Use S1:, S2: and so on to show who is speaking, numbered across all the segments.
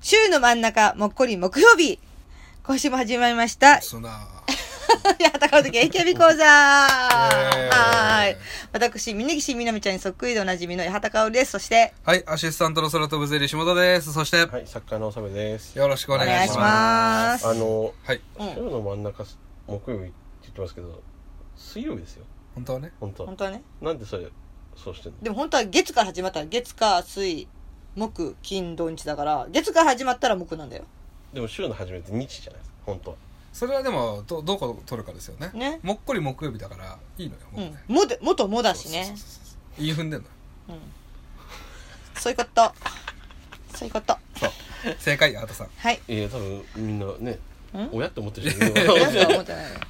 S1: 週の真ん中、もっこり木曜日。今週も始まりました。
S2: そんな。
S1: 八幡川の AKB 講座
S2: ーイ
S1: はーい。私、峯岸みなみちゃんにそっくりでおなじみの八幡薫です。そして、
S2: はい、アシスタントの空飛ぶゼリー下田です。そして、
S3: はい、作家のおさめです。
S2: よろしくお
S1: お願
S2: 願
S1: い
S2: い
S1: し
S2: し
S1: ま。
S2: ます
S3: あの、
S2: す。はい、
S1: うん
S3: 週の真ん中、木曜日って言ってますけど、水曜日ですよ。
S2: 本当はね。
S3: 本当
S1: 本当はね。
S3: なんでそれ、そうしてんの
S1: でも本当は月から始まったら、月火水、木、金、土日だから、月から始まったら木なんだよ。
S3: でも週の初めって日じゃないですか、本当は。
S2: それはでも、ど、どこ取るかですよね。
S1: ね
S2: もっこり木曜日だから、いいのよ、
S1: う
S2: もうね
S1: ん。。もで、元もだし
S2: そ
S1: ね
S2: う。そうそうそう。言い踏んでんの。
S1: うん。そういうこと。そういうこと。
S2: そう。正解、あとさん。
S1: はい。
S3: いや、多分みんなね、
S1: ん
S3: 親って思ってる人い る
S1: 何だ思ってないの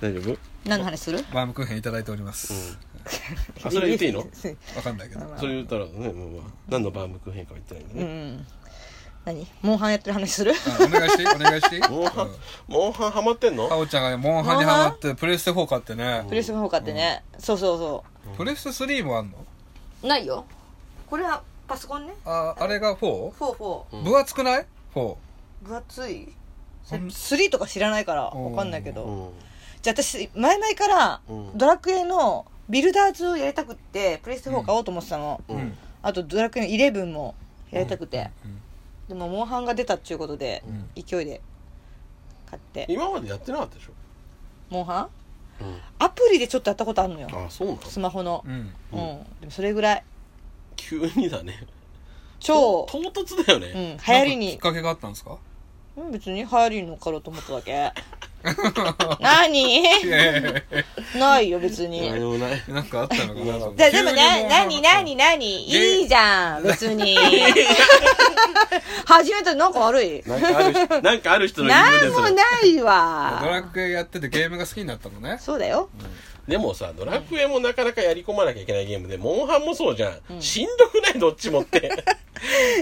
S3: 大丈夫
S1: 何の話する
S2: バームクーヘンいただいております。
S3: あ、それ言っていいの
S2: わかんないけど。
S1: まあ
S3: それ言ったらね、もう、まあ、何のバームクーヘンかは言ってないんで
S1: う
S3: ね。
S1: ん。何モンハンやってる話する
S2: あお願いしていいお願いしていい
S3: モンハン
S2: うん、
S3: モンハンハマってんの
S2: かおちゃんがね、モンハンにハマって、プレステ4買ってね
S1: プ。レスの方買ってね。そうそうそ
S2: プレステ3もあんの
S1: う。ないよ。これはパソコンね。
S2: あ、あれが 4?
S1: フォーフォ
S3: うん
S2: 分厚くない ?4。
S1: ー。分厚い
S2: ほん
S1: 3とか知らないから
S2: うん
S1: わかんないけ
S3: う
S1: ど。
S3: ん。
S1: じゃあ私、前々から
S3: うん
S1: ドラクエのビルダーズをやりたくって、プレステ4買おうと思ってたの。
S3: うん
S2: うん。
S1: あとドラクエの11もやりたくて。
S2: うん
S1: でもモンハンが出たっていうことで、勢いで買って。
S3: 今までやってなかったでしょ
S1: モンハン
S3: うん。
S1: アプリでちょっとやったことあるのよ。
S3: あ、そうなの
S1: スマホの
S2: う。ん。
S1: うんん。でもそれぐらい。
S3: 急にだね。
S1: 超。
S3: 唐突だよ
S1: うん、
S3: ね。
S1: 流行り
S2: なんかきっ
S1: に、
S2: かけがあったんですか
S1: うん、別に流行りに乗っかろうと思っただけ。 何
S2: いやいやいや
S1: ないよ、別
S3: 何
S1: に。
S3: もない。
S2: なんかあったのかなと思っ
S1: じゃ
S2: て
S1: でも
S2: 急
S1: ね、
S2: に
S1: な
S2: も
S1: に
S2: う
S1: なになに
S2: え
S1: いいじゃん、別に。初めてなんか悪い。
S3: なんかある人、なんかある人の理由
S1: なん
S3: です
S1: もないわ
S2: ド。ラクエやっててゲームが好きになったのね
S1: そうだよ。
S3: でもさ、ドラクエもなかなかやり込まなきゃいけないゲームで、モンハンもそうじゃん。しんどくないどっちもって。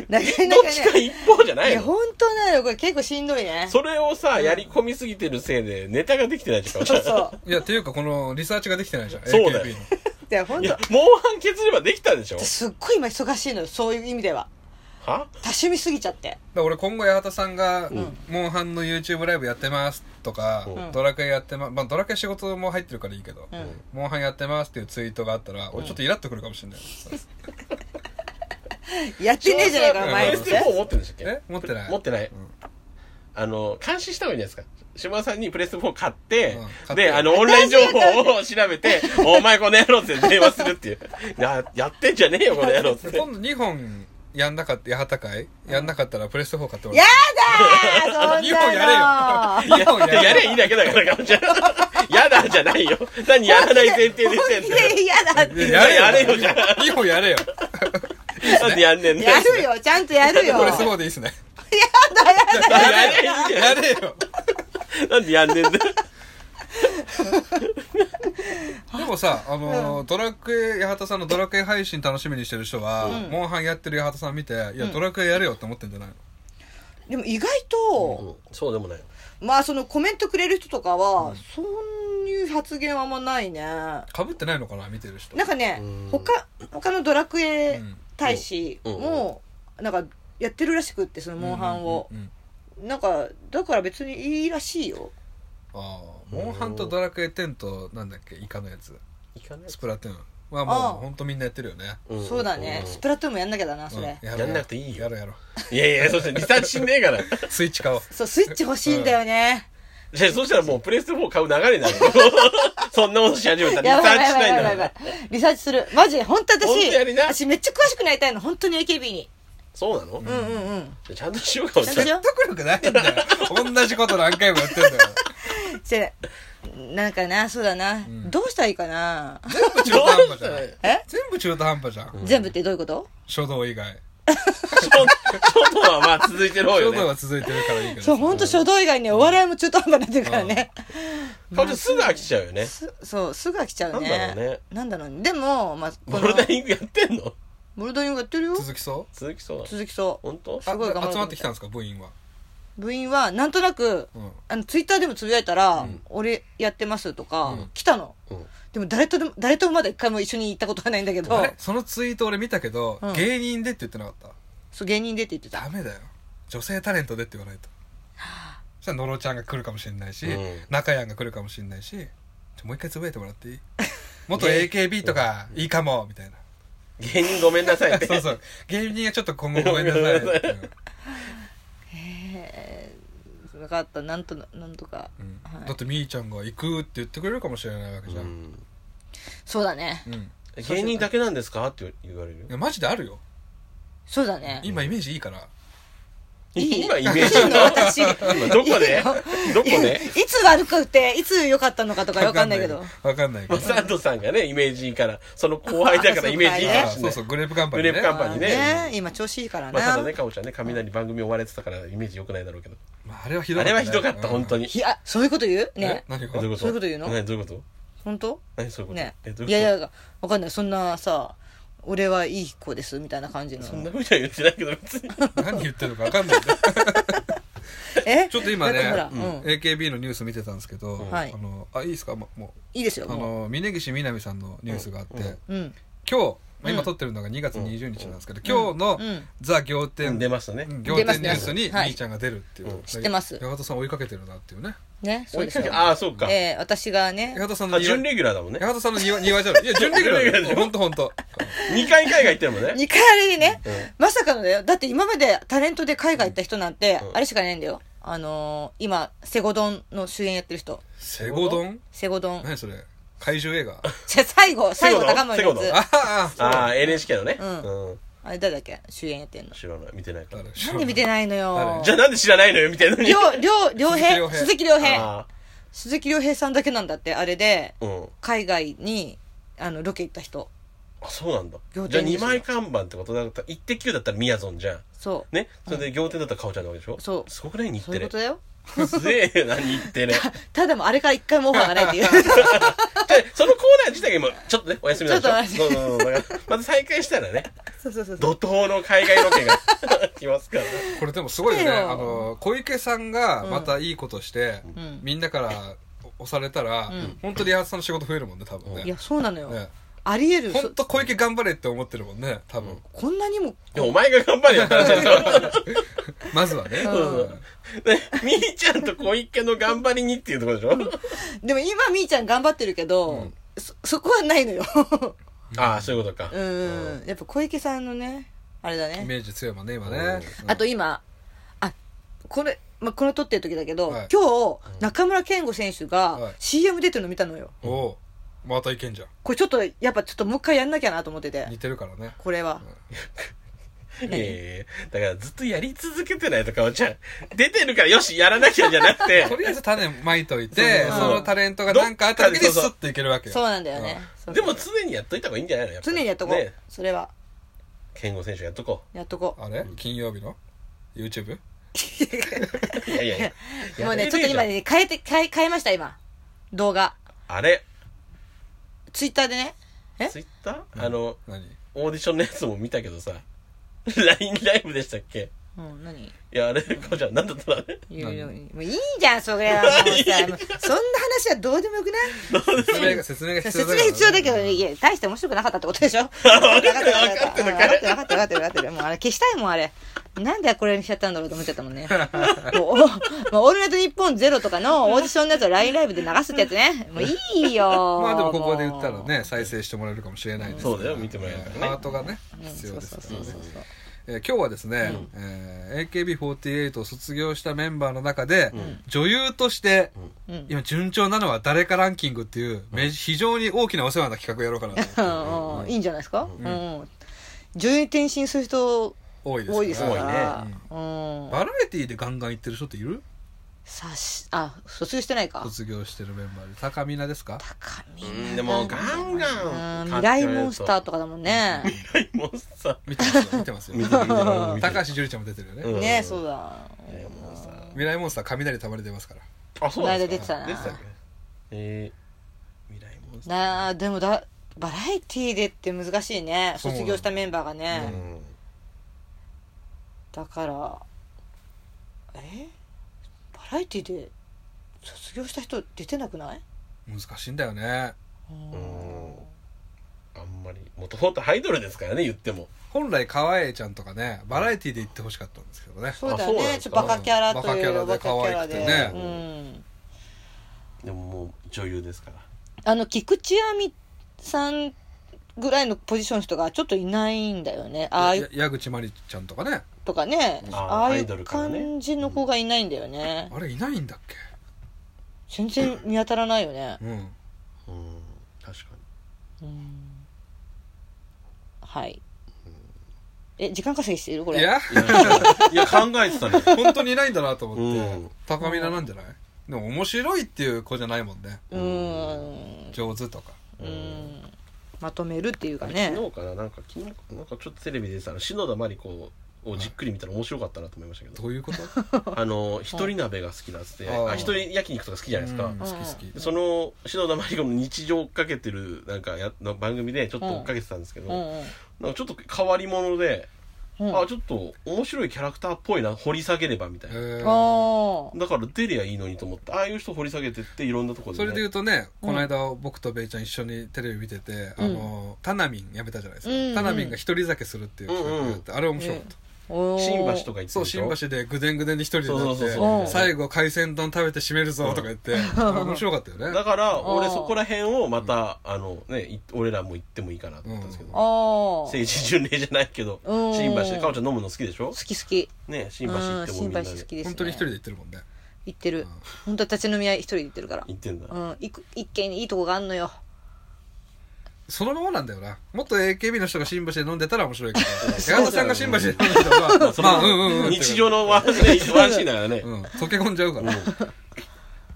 S3: ど
S1: な
S3: っ
S1: か
S3: ちか
S1: ね。
S3: 一方じゃないい
S1: や、
S3: の
S1: ほんとなのよ、これ結構しんどいね。
S3: それをさ、やり込みすぎてるせいで、ネタができてないじゃん。
S1: そうそう。
S2: いやっていうかこのリサーチができてないじゃん
S3: そうだよ
S2: AKB の
S1: いや、ほん
S3: いや
S1: と。、
S3: モンハン削ればできたでしょ
S1: すっごい今忙しいのよ、そういう意味では。
S3: は
S1: 多趣味すぎちゃって。
S2: だから俺今後八幡さんが「モンハンの YouTube ライブやってます」とか
S3: う
S2: 「ドラクエやってます」まあドラクエ仕事も入ってるからいいけど
S1: ん
S2: 「モンハンやってます」っていうツイートがあったら俺ちょっとイラっとくるかもし れない
S1: やってねえじゃないか、
S2: そ
S1: お
S2: うそう
S1: 前っ
S3: プレス
S1: て。
S3: テ4持ってるんでしたっ
S2: え
S3: け
S2: 持ってない
S3: 持ってない。あの、監視した方がいいんじゃないですか。島田さんにプレステ4買って
S2: うん買って、
S3: で、あの、オンライン情報を調べて、お前この野郎って電話するっていう。や、やってんじゃねえよ、この野郎 っつっ
S2: で
S3: て。
S2: 今度2本やんなかった八幡会やんなかったらプレステ4買っても
S1: や
S2: らう
S1: だーそん なの
S2: 二本やれよ
S3: いや、
S2: もうやれよ
S3: やれいいだけだから、かもちゃん。やだじゃないよ。何やらない前提で言ってんのよ。
S1: いや嫌だっ
S2: いや
S1: て。
S2: やれ
S3: やれ
S2: よ
S3: よじゃん
S2: 2本やれよ
S3: なんでやんねんね。
S1: や るよ、ちゃんとやるよ。
S2: プレステ4でいいっすね
S3: やれよ
S2: やれよ
S3: なんでやんねんだよ。
S2: でもさ、あのードラクエ、八幡さんのドラクエ配信楽しみにしてる人は、モンハンやってる八幡さん見て、いや、ドラクエやれよって思ってんじゃないの
S1: でも意外と、
S3: そうでもない。
S1: まあそのコメントくれる人とかは、そういう発言はあんまないね。な
S2: かぶってないのかな見てる人。
S1: んかね
S3: うん、
S1: 他、他のドラクエ大使
S3: うん
S1: も、なんかやってるらしくって、そのモンハンを
S2: うん。うんうん
S1: なんか、だから別にいいらしいよ。
S2: ああ、モンハンとドラクエ10と、なんだっけ、イカのやつ。
S3: いかない
S2: スプラトゥーン。はもう、
S1: ああ
S2: ほんとみんなやってるよね。
S1: そうだね。スプラトゥーンもやんなきゃだな、それ。
S2: うんやろう
S3: やんなくていいよ
S2: やろうやろ
S3: いやいや、そしてリサーチしねえから。
S2: う。スイッチ買おう。
S1: そう、スイッチ欲しいんだよね。
S3: じ ゃあ、そしたらもうプレステ4買う流れになるよ。 そんなことし始めたら
S1: やば
S3: リサ
S1: い
S3: ーチ
S1: や
S3: し
S1: ばい
S3: ないん
S1: やばい
S3: だ
S1: やば
S3: から
S1: い。。リサーチする。マジ、本当
S3: 本当やり
S1: 私、
S3: な
S1: 私めっちゃ詳しくなりたいの、本当に AKB に。
S3: そうなの
S1: うんうんうん。
S3: ちゃんとしようかも
S1: ちゃん
S3: し
S1: と
S3: れ
S1: し
S3: ない。
S1: よう
S2: 得力ないんだよ。同じこと何回もやってんだよ。
S1: せなんかなそうだな、どうしたらいいかな
S2: 全部中途半端じゃない。
S1: え
S2: 全部中途半端じゃん。
S1: 全部ってどういうこと、
S2: 書道以外。
S3: ちょっとはまあ続いてる方
S2: 書
S3: よ
S2: 道
S3: ね。
S2: は続いてるからいいけど。
S1: そうほんと初動以外ねお笑いも中途半端になってるからね、
S3: かおちゃんすぐ飽きちゃうよね。
S1: すそうすぐ飽きちゃうね
S3: なんだろうね
S1: なんだろうねでも、まあ、
S3: ボ
S1: この
S3: ルダリングやってんの
S1: ボルダリングやってるよ
S2: 続きそう
S3: 続きそうなの。
S1: 続きそう
S3: 本当
S2: あ
S1: すごい頑張る
S2: 集まってきたんですか、部員は。
S1: 部員はなんとなく、
S2: うん
S1: あのツイッターでもつぶやいたら「俺やってます」とか、来たの、
S3: うん
S1: でも誰とでも誰ともまだ一回も一緒に行ったことがないんだけど
S2: あれそのツイート俺見たけど、
S1: うん
S2: 芸人でって言ってなかった
S1: そう芸人でって言ってた
S2: ダメだよ女性タレントでって言わないとそしたら野呂ちゃんが来るかもしれないし、
S3: うん
S2: 中谷が来るかもしれないしちょもう一回つぶやいてもらっていい元 AKB とかいいかもみたいな
S3: 芸人ごめんなさいって。
S2: そうそう芸人はちょっと今後ごめんなさいっていう
S1: 分かったなんとななんとか、
S2: うん
S1: はい
S2: だってみーちゃんが行くって言ってくれるかもしれないわけじゃ、
S3: うんん
S1: そうだね
S2: うん
S3: 芸人だけなんですかって言われるよ
S2: い。やマジであるよ
S1: そうだね
S2: 今イメージいいから
S1: いい
S3: 今イメージ。
S1: いいの私
S3: 今どこでどこで
S1: いつ悪くていつ良かったのかとか分かんないけど
S2: わかんないけ
S3: マ
S2: ど
S3: サンドさんがね、イメージいいから、その後輩だからイメージいいか
S2: あー
S3: も
S2: そ
S3: しれな
S2: う
S3: い
S2: そうグレープカンパニーね
S3: グレープカンパニーね
S1: ね今調子いいから
S3: まあ、ただね、
S1: ね
S3: かおちゃんね、雷番組追われてたから、イメージ良くないだろうけど。
S2: まああれはひど
S3: あ
S2: かった
S3: れ
S2: ね、
S3: はひどかった、本当
S2: に
S3: に。
S1: ひあそういうこと言うね
S2: 何が
S3: どういうこと
S1: そういうこと言うの
S3: 何どういうこと
S1: 本当
S3: 何そういうこと
S1: ね
S3: え、どういうこと
S1: いやいや分かんないそんなさ俺はいい子ですみたいな感じの
S3: そんなふうには言ってないけど、別に。
S2: 何言ってるかわかんないん だよ
S1: え
S2: ちょっと今
S1: だ
S2: ね
S1: てほら、
S3: うん
S1: うん
S2: AKB のニュース見てたんですけど、
S1: はい
S2: あのあいいですかもうも
S1: いいですよ
S2: うあ
S1: も
S2: の峯岸みなみさんのニュースがあって、
S3: うんうん
S1: ううん
S2: 今日まあ
S1: うん
S2: 今撮ってるのが2月20日なんですけど、今日
S1: う
S2: の
S1: ん
S2: 「ザ仰天」
S3: 出ましたね。
S2: 仰天ニュースにみ
S1: 出ますねはい
S2: ーちゃんが出るっていう、
S3: うん
S1: 知ってます
S2: 八幡さん追いかけてるなっていうね
S1: ねそうですよ
S3: ああ、そうか。
S1: えー私がね
S2: 八幡さんの
S3: あ、準
S2: 庭
S3: レギュラーだもんね
S2: 八。幡さんの庭庭じゃないいや準レギュラー
S3: 準レギュラー
S2: だ
S3: で
S2: よ
S3: しょ
S2: ほんとほんと
S3: 2回海外行って るもんね。
S1: 2回あれでね、まさかのだよだって今までタレントで海外行った人なんて、
S3: うん
S1: あれしかいないんだよあのー今セゴドンの主演やってる人
S2: セゴドン
S1: セゴドン
S2: 何それ怪獣映 画
S1: じゃ最後最後
S3: セゴドン
S1: 高森のや
S3: セゴ
S1: つ
S3: ド
S1: あ
S2: ああ
S3: ああ、NHK のね。
S1: うん
S3: うん。
S1: あれ誰だっけ主演やってんの
S3: 知らない。見てないから。
S1: なんで見て
S2: い
S1: ないのよ
S2: 誰
S3: じゃあなんで知らないのよ、みたいなのに。
S1: 両両両平鈴
S2: 鈴
S1: 木亮平
S3: あ
S1: 鈴木亮平さんだけなんだってあれで
S3: あ、うん。
S1: 海外にあのロケ行った人
S3: あ、そうなんだ。
S1: 仰天
S3: じゃあ
S1: ニュース
S3: 2
S1: だ
S3: 枚看板ってことだったら、1滴9だったらみやぞんじゃん。
S1: そう
S3: ね。それで仰天だったらかおちゃんなわけでしょ
S1: そう
S3: すごくない日
S1: そうい
S3: テ
S1: うこ
S3: レ
S1: と。だよ
S3: すげえな、日テレ。じゃ
S1: ただもうあれから一回もオファーがないっていう
S3: あそのコーナー自体が今、ちょっとね、お休みなんでしょ
S1: ちょっと待って
S3: そうそうそうだからまた再開したらね、
S1: そうそうそうそう
S3: 怒涛の海外ロケが来ますから。
S2: これでもすごいよね
S1: 来てよ
S2: あの小池さんがまたいいことして、
S1: ん
S2: みんなから押されたら、
S1: ん
S2: 本当に八幡さんの仕事増えるもんね多分ね
S1: いやそうなのよ、
S2: ね
S1: ありえるそ
S2: 本当小池頑張れって思ってるもんね多分、
S1: こんなにも
S3: でもお前が頑張れよって話だよ。
S2: まずはね、
S3: そうそうねみーちゃんと小池の頑張りにっていうところでしょ、
S1: でも今みーちゃん頑張ってるけど、
S2: うん
S1: そそこはないのよ
S3: ああ、そういうことか。
S1: うんやっぱ小池さんのねあれだ
S2: イ
S1: ね
S2: メージ強いもんね今ね、
S1: あと今あこれ、まあ、この撮ってる時だけど、
S2: はい
S1: 今日中村健吾選手
S2: は
S1: が
S2: い
S1: CM 出てるの見たのよ
S2: おおうまたいけんじゃん
S1: これちょっとやっぱちょっともう一回やんなきゃなと思ってて
S2: 似てるからね
S1: これは
S3: いやいやいやだからずっとやり続けてないとかおちゃん。出てるからよし、やらなきゃじゃなく て、
S2: とりあえず種まいといて
S3: そう
S2: そ
S3: そう
S2: のタレントが何かあった時に
S3: どっかでそう
S2: ス
S3: そう
S2: ッていけるわけよ
S1: そうなんだよね、そう
S3: でも常にやっといた方がいいんじゃないのやっぱ
S1: 常にやっとこう、
S3: ね
S1: それは
S3: 健吾選手やっとこ
S1: やっとこ
S2: あれ金曜日の YouTube?
S3: う。いやいやいや。
S1: うもうね
S3: や
S1: ちょっと
S3: るじ
S1: 今
S3: ゃん
S1: ね変えて変え変えました今動画
S3: あれ
S1: ツイッターでねえ
S3: ツイッターあの、
S2: 何
S3: オーディションのやつも見たけどさ、LINE ライブでしたっけ
S1: うん何
S3: いや、あれ、かおちゃん、なんだったのあれ
S1: いやいやもういいじゃん、それは。もうさもうそんな話はど うでもよくない
S2: 説明が説明が必
S1: 説
S2: 要だから
S1: 明必要だけど、いや、大して面白くなかったってことでしょ分かってる分かってる分かってる分かってる分かってる分かってる。もうあれ消したいもん、あれ。なんでこれにしちゃったんだろうと思っちゃったもんね。もう、おもうオールナイトニッポンゼロとかのオーディションのやつを LINE ライブで流すってやつね。もういいよ。
S2: まあでもここで言ったら。ね再生してもらえるかもしれないです
S3: そうだよ見てもらえるからね
S2: ハートがね必要ですからねえー今日はですね、えー AKB48 を卒業したメンバーの中で、女優として、
S1: うん
S2: 今順調なのは誰かランキングっていう、め非常に大きなお世話な企画やろうかなと
S1: うんうんいいんじゃないですかうん。女優に転身する人
S2: 多いです
S1: 多いですか
S2: から
S1: ら。
S2: 多い
S1: う
S2: ね
S1: ん。
S2: バラエティーでガンガン行ってる人っている
S1: さし、あ、卒業してないか。
S2: 卒業してるメンバーで高見菜ですか
S1: 高み
S3: うん、でも、ガンガン。
S1: 未来モンスターとかだもんね
S3: 未来モンスター。
S2: 見てますよ見てますよ
S3: 見てる見てる見てる
S2: 高橋樹里ちゃんも出てるよね、
S3: うん
S1: ねそうだ
S3: 未来モンスター
S2: 未来モンスター雷たまり出ますから
S3: あ、そうなんです
S1: こ
S3: か
S1: の間
S3: 出
S1: 出て
S3: てた
S1: たな
S3: っけえー、未来モンスタ
S1: なあでもだバラエティーでって難しいね
S2: そう
S1: 卒業したメンバーがね
S3: ー。うん。
S1: だからえバラエティーで卒業した人出てなくない
S2: 難しいんだよね
S3: うんあんまり、もともとアイドルですからね、言っても。
S2: 本来川栄ちゃんとかねバラエティで行ってほしかったんですけどね
S1: そうだ
S3: あそうなんで
S1: ね。
S3: す
S1: ちょっ
S3: か
S1: とバカキャラという
S2: うんバカキャラで可愛くてね
S1: うん。
S3: でももう女優ですから
S1: あの菊池亜美さんぐらいのポジションの人がちょっといないんだよね。ああい
S2: や
S1: う
S2: 矢口真理ちゃんとかね
S1: とかね、
S3: あー
S1: ああい
S3: アイド
S1: う
S3: ルからね
S1: 感じの子がいないんだよね。
S2: あれいないんだっけ
S1: 全然見当たらないよね。
S2: うん
S3: うん確かに
S1: うんはい。え時間稼ぎしてるこれ。
S2: いや
S3: いや考えてたね
S2: 本当にいないんだなと思って、
S3: うん
S2: 高見菜なんじゃないでも面白いっていう子じゃないもんね
S1: うーん。
S2: 上手とか
S1: うん。まとめるっていうかね。
S3: 昨日かななんか昨日かなんかちょっとテレビでさ篠田麻里子をじっくり見たら面白かったなと思いましたけど、
S2: どういうこと
S3: あの一人鍋が好きなんつって
S2: あー
S3: あ一人焼肉とか好きじゃないですか、
S2: うん好き好き
S3: でその篠田麻里子の日常を追っかけてるなんかやの番組でちょっと追っかけてたんですけど、
S1: うんうん
S3: なんかちょっと変わり者で、
S1: うん。
S3: あちょっと面白いキャラクターっぽいな掘り下げればみたいな、
S2: えー
S1: ああ。
S3: だから出りゃいいのにと思ってああいう人掘り下げてっていろんなところ
S2: そ
S3: で、
S2: れで言うとね、この間僕とベイちゃん一緒にテレビ見てて、
S1: うん
S2: あのタナミンやめたじゃないですか、
S1: うんうん
S2: タナミンが一人酒するっていう企画があって、あれ面白かった、
S1: おー
S3: 新橋とか行ってるでし
S2: そ
S3: ょ
S2: う新橋でぐでんぐでんに一人でなって
S3: そうそうそう
S1: そううん
S2: 最後海鮮丼食べて締めるぞとか言って、 面白かったよね
S3: だから俺
S1: あー
S3: そこら辺をまた、あのねい俺らも行ってもいいかなと思ったんですけど、
S1: ああ。好
S3: 聖地巡礼じゃないけど
S1: うん
S3: 新橋でかおちゃん飲むの好きでしょ
S1: き好き。
S3: ね新
S1: う
S3: 橋行っ
S1: ん、
S3: てもみ
S1: 新
S3: ん
S1: 橋好
S3: なで
S1: きですね。
S2: 本当に一人で行ってるもんね
S1: 行って
S2: うん
S1: る。本当は立ち飲み屋一人で行ってるから。
S3: 行ってんだ、
S1: うん、行く一軒にいいとこがあんのよ。
S2: そのままなんだよなもっと AKB の人が新橋で飲んでたら面白いけ ど矢田さんが新橋で飲んでたら
S3: それ
S2: ま
S3: は
S2: あうんうんうん
S3: 日常のワンシーンワンシーンだからね、
S2: うん、溶け込んじゃうから、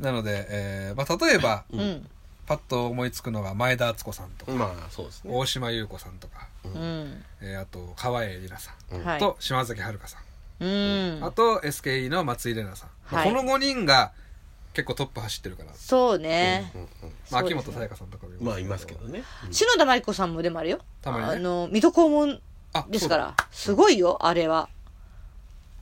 S2: なので、えーまあ、例えば、
S1: うん。
S2: パッと思いつくのが前田敦子さんとか、
S3: まあそうですね
S2: 大島優子さんとか、
S1: うん。
S2: えーあと川栄李奈さん、
S1: はい。
S2: と島崎遥香さん、
S1: うん
S2: あ。と SKE の松井玲奈さん、
S1: はい
S2: この5人が結構トップ走ってるから、
S1: そうね。
S2: まあ、
S1: そうです
S2: 秋
S1: ね
S2: 元才加さんとかも
S3: まあいますけどね
S1: 篠田麻里子さんもでもあるよ。
S2: たまにね
S1: あの、水戸黄門
S2: あ
S1: ですか
S2: そう
S1: ら。すごいよ、あれは。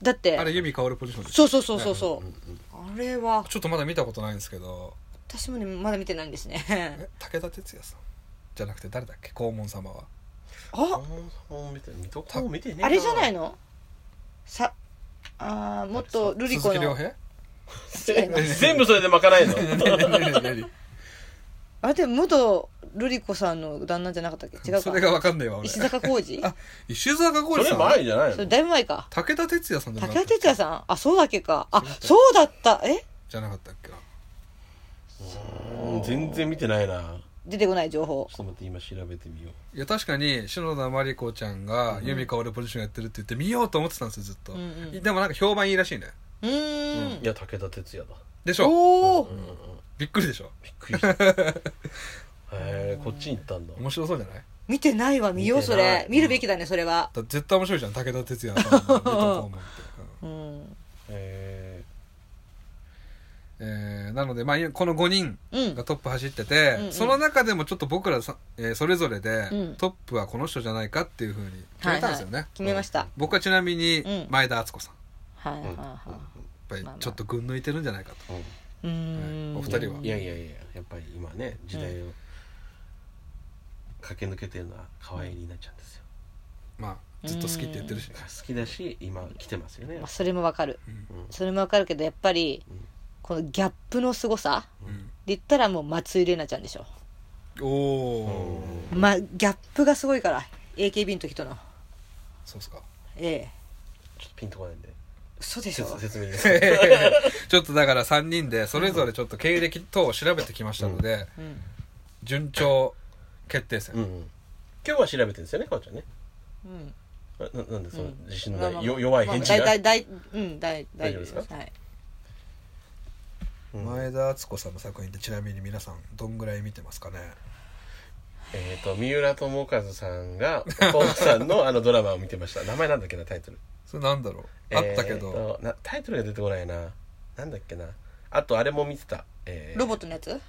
S1: だっ
S2: だあれ
S1: て、
S2: 由美薫ポジションで
S1: そうそうそうそうそう。あれは、
S2: ちょっとまだ見たことないんですけど
S1: 私もね、まだ見てないんですね。
S2: え武田鉄矢さんじゃなくて誰だっけ黄門様は
S1: あ、
S3: もう見て水戸黄門見てねえ
S1: あれじゃない
S3: の
S1: のさ、あーもっとルリコ
S2: 鈴木
S1: の。
S2: 亮 平
S3: 全部それでまかないの
S1: あれって元ルリコさんの旦那じゃなかったっけ違う
S2: それが
S1: か。
S2: 分かんないわ俺
S1: 石坂浩二
S2: あ石坂浩
S3: そ
S2: 二
S3: れ
S2: さん
S3: 前じゃない
S1: それ
S3: の
S1: だいぶ前か。
S2: 武田鉄矢さんじゃな
S1: 武
S2: かっ
S1: 田
S2: た
S1: 鉄矢さんあ、そうだっけか。あ、そうだった。え
S2: じゃなかったっけな
S3: うん全然見てないな
S1: 出てこない情報
S3: ちょ。っと待って今調べてみよう
S2: いや確かに篠田麻里子ちゃんが由美か俺ポジションやってるって言って見ようと思ってたんですよずっと、
S1: うんうん
S2: でもなんか評判いいらしいね
S1: うーん
S3: い。や武田鉄矢だ
S2: でしょ
S1: おー
S3: うんうんうん
S2: びっくりでしょ
S3: びっくりした へえこっちに行ったんだ
S2: 面白そうじゃない
S1: 見てないわ、見よう、
S3: 見て
S1: そ
S3: ない
S1: れ。見るべきだね、それは。
S2: だ絶対面白いじゃん武田鉄矢さん の「水戸黄門」って、うん
S1: うん。
S3: へ
S2: えーなので、まあ、この5人
S1: うん
S2: が。トップ走ってて、
S1: うんうん
S2: その中でもちょっと僕らさ、えーそれぞれで、
S1: うん
S2: トップはこの人じゃないかっていうふうに決めたんですよね、
S1: はいはい決めました。
S2: 僕はちなみに
S1: うん
S2: 前田敦子さん
S1: はいは
S3: え
S1: いはい。
S2: やっぱりちょっと群抜いてるんじゃないかと
S3: う
S1: う
S3: ん
S1: ーん。
S2: お二人はい
S3: やいやいややっぱり今ね時代を駆け抜けてるのは可愛いりなちゃんですよ
S2: まあずっと好きって言ってるしね、
S3: 好きだし今来てますよね
S1: まあそれもわかる。
S3: うん
S1: それもわかるけど、やっぱり、このギャップの凄さ。
S2: うん
S1: で言ったらもう松井玲奈ちゃんでしょ。
S2: おお、
S1: まあ、ギャップがすごいから。AKB の時との。
S2: そうっすか
S1: ええ。
S3: ちょっとピンとこないんで
S1: 嘘でしょ
S3: 説説明 です
S2: ちょっとだから3人でそれぞれちょっと経歴等を調べてきましたので、
S1: うん。
S2: 順調決定戦、
S3: うんうん今日は調べてるんですよねかおちゃんね
S1: うん。
S3: あななんでその自信
S1: ま
S3: な
S1: あまあ
S3: いよ弱い返事
S1: まあま
S3: が
S1: あだいだいだいうんだい大丈夫です
S3: 大丈夫ですか
S1: はい
S3: うん
S2: 前田敦子さんの作品ってちなみに皆さんどんぐらい見てますかね
S3: えっと三浦友和さんがお父さんのあのドラマを見てました名前なんだっけなタイトル
S2: それなんだろう、あったけ
S3: えー
S2: ど
S3: となタイトルが出てこないななんだっけなあとあれも見てたえー
S1: ロボットのやつ
S3: ロ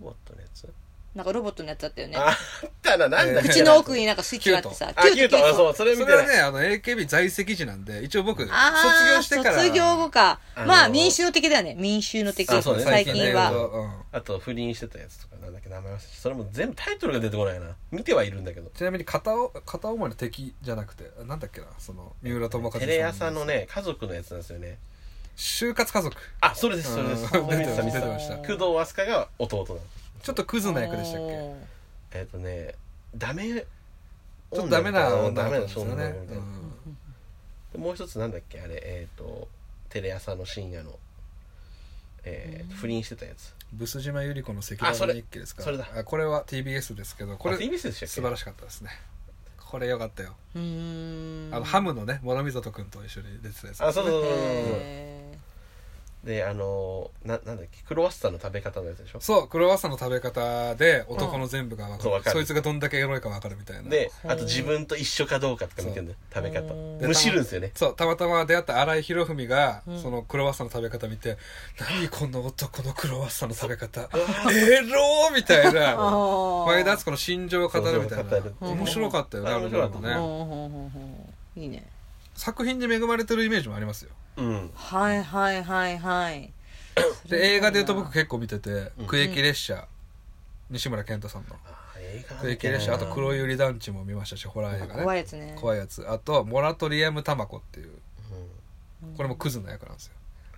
S3: ボットのやつ
S1: なんかロボットのやつだったよね。
S3: あったな、なんだっ
S2: え
S3: けな
S2: ー
S1: 口の奥になんかスイッチがあってさ、。
S3: あ、キュート。あ、そうう、それ見
S2: そ
S3: て
S2: れは
S3: ない。
S2: ね、あの、AKB 在籍時なんで、一応僕、卒
S1: あー
S2: 業してから。
S1: 卒業後か。
S3: あのー
S1: まあ、民衆の敵だよね。民衆の敵。
S3: あそうね
S1: 最
S3: 最
S1: 近
S3: 近ね
S1: は。
S2: うん
S3: あと、不倫してたやつとか、なんだっけ、名前忘れてそれも全部タイトルが出てこないな。見てはいるんだけど。
S2: ちなみに片お、片思いの敵じゃなくて、なんだっけな、その、三浦友和さん。
S3: テレ朝の。ね、家族のやつなんですよね。
S2: 就活家族。
S3: あ、それです、それです。
S2: うん
S3: 見てた、見て
S2: 出
S3: た
S2: て。ました
S3: 工藤飛鳥が弟なの。
S2: ちょっとクズな役でしたっけ
S1: おー
S3: えっとね、ダメ、
S2: ちょっとダメな女
S3: ダ
S2: の子
S3: メな
S2: です
S3: 少
S2: よ
S3: 年
S2: ね
S3: み。たいな。でもう一つなんだっけあれえっ、とテレ朝の深夜の、えー、不倫してたやつ
S2: ブス島由里子の赤裸々日記ですか
S3: それそれだ
S2: あこれは TBS ですけど、こ
S3: これ
S2: れ
S3: TBS でしたっけ
S2: 素晴らしかったですね。これよかったよ。
S1: うーん。
S2: あの、ハムのね、諸見里くんと一緒に出てたやつ。
S3: あそうそうそうそうそう
S1: へ
S3: であのー、ななんだっけクロワッサンの食べ方のやつでしょ
S2: そう、クロワッサンの食べ方で男の全部がわか
S3: そうわ
S2: る。
S3: かる
S2: そいつがどんだけエロいかわかるみたいな。
S3: であと自分と一緒かどうかとか見てるんだよ食べ方むしるんですよね
S2: そう、たまたま出会った荒井博文が、そのクロワッサンの食べ方見て、何この男のクロワッサンの食べ方、エローみた いな、
S1: ー
S2: 前田敦子の心情を語るみたいな
S3: そうそう語る、
S2: 面白かったよね、
S3: うん
S2: あのドラマ
S1: ー
S2: ね。
S1: ほうほうほうほういいね。
S2: 作品に恵まれてるイメージもありますよ。
S3: うん
S1: はいはいはいはい。
S2: で、映画で言うと僕結構見てて、区域列車、西村健太さんの。
S3: あ映画
S2: 区域列車、あと黒百合団地も見ましたし、ホラー映画ね。
S1: 怖いやつね。
S2: 怖いやつあとモラトリアムタマコっていうこれもクズな役なんですよ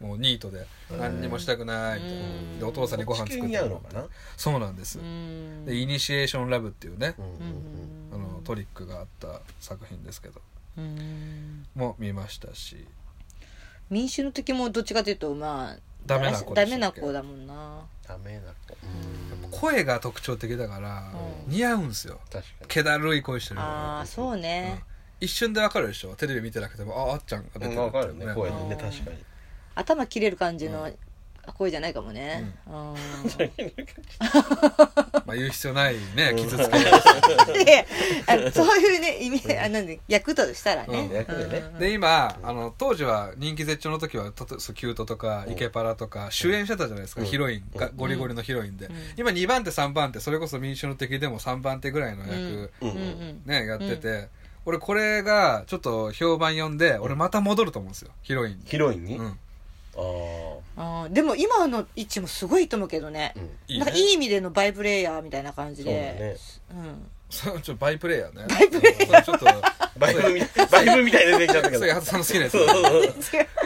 S2: もうニートで何にもしたくないみたいなでお父さんにご飯作って
S3: 地球
S2: も
S3: に
S2: ら
S3: 合
S2: う
S3: うのかな
S2: そうなんです
S1: うーん。
S2: でイニシエーションラブっていうね
S3: うんうんうん
S2: あのトリックがあった作品ですけど
S1: うーん
S2: も見ましたし
S1: 民衆の敵もどっちかというと、まあ、
S2: ダメな子
S1: ダ
S2: でしたっけ
S1: メな子だもんな。
S3: ダメな子うん
S2: 声が特徴的だから似合うんですよ
S3: 確か
S2: 気だるい声してる
S1: ああ、そうね。
S2: 一瞬でわかるでしょテレビ見てなくてもあああっちゃんが出て
S3: に
S2: る
S3: 分かるね声
S2: う
S3: で
S2: ん
S3: ね確かに
S1: 頭切れる感じの声じゃないかもね。うん。
S2: まあ言う必要ないね傷つけ
S1: であそういうね、意味、あなんで、役としたら
S2: うん
S1: ね。
S3: 役でね
S2: で今あの当時は人気絶頂の時はたとそうキュートとかイケパラとか主演してたじゃないですか、
S3: うん
S2: ヒロインが、
S3: う
S2: ゴリゴリのヒロインで、今2番手3番手それこそ民衆の敵でも3番手ぐらいの役、
S3: うん
S1: うんう
S3: うん
S1: ん。
S2: ねやってて、俺これがちょっと評判読んで俺また戻ると思うんですよヒロインに、
S3: ヒロインに
S2: う
S3: あ
S2: ん、
S3: あ
S1: あーでも今の位置もすごいと思うけどね、
S3: うん
S2: いい
S1: な
S2: ね
S1: んかいい意味でのバイプレイヤーみたいな感じでう,、
S2: そうちょっとバイプレイヤーねバイプレイヤーちょっと
S3: バイブみたい、バイブみたいに出てきちゃったけ
S2: そ
S3: ど
S2: う。八幡さんの好きなやつ
S3: そうそうそう。
S1: ん違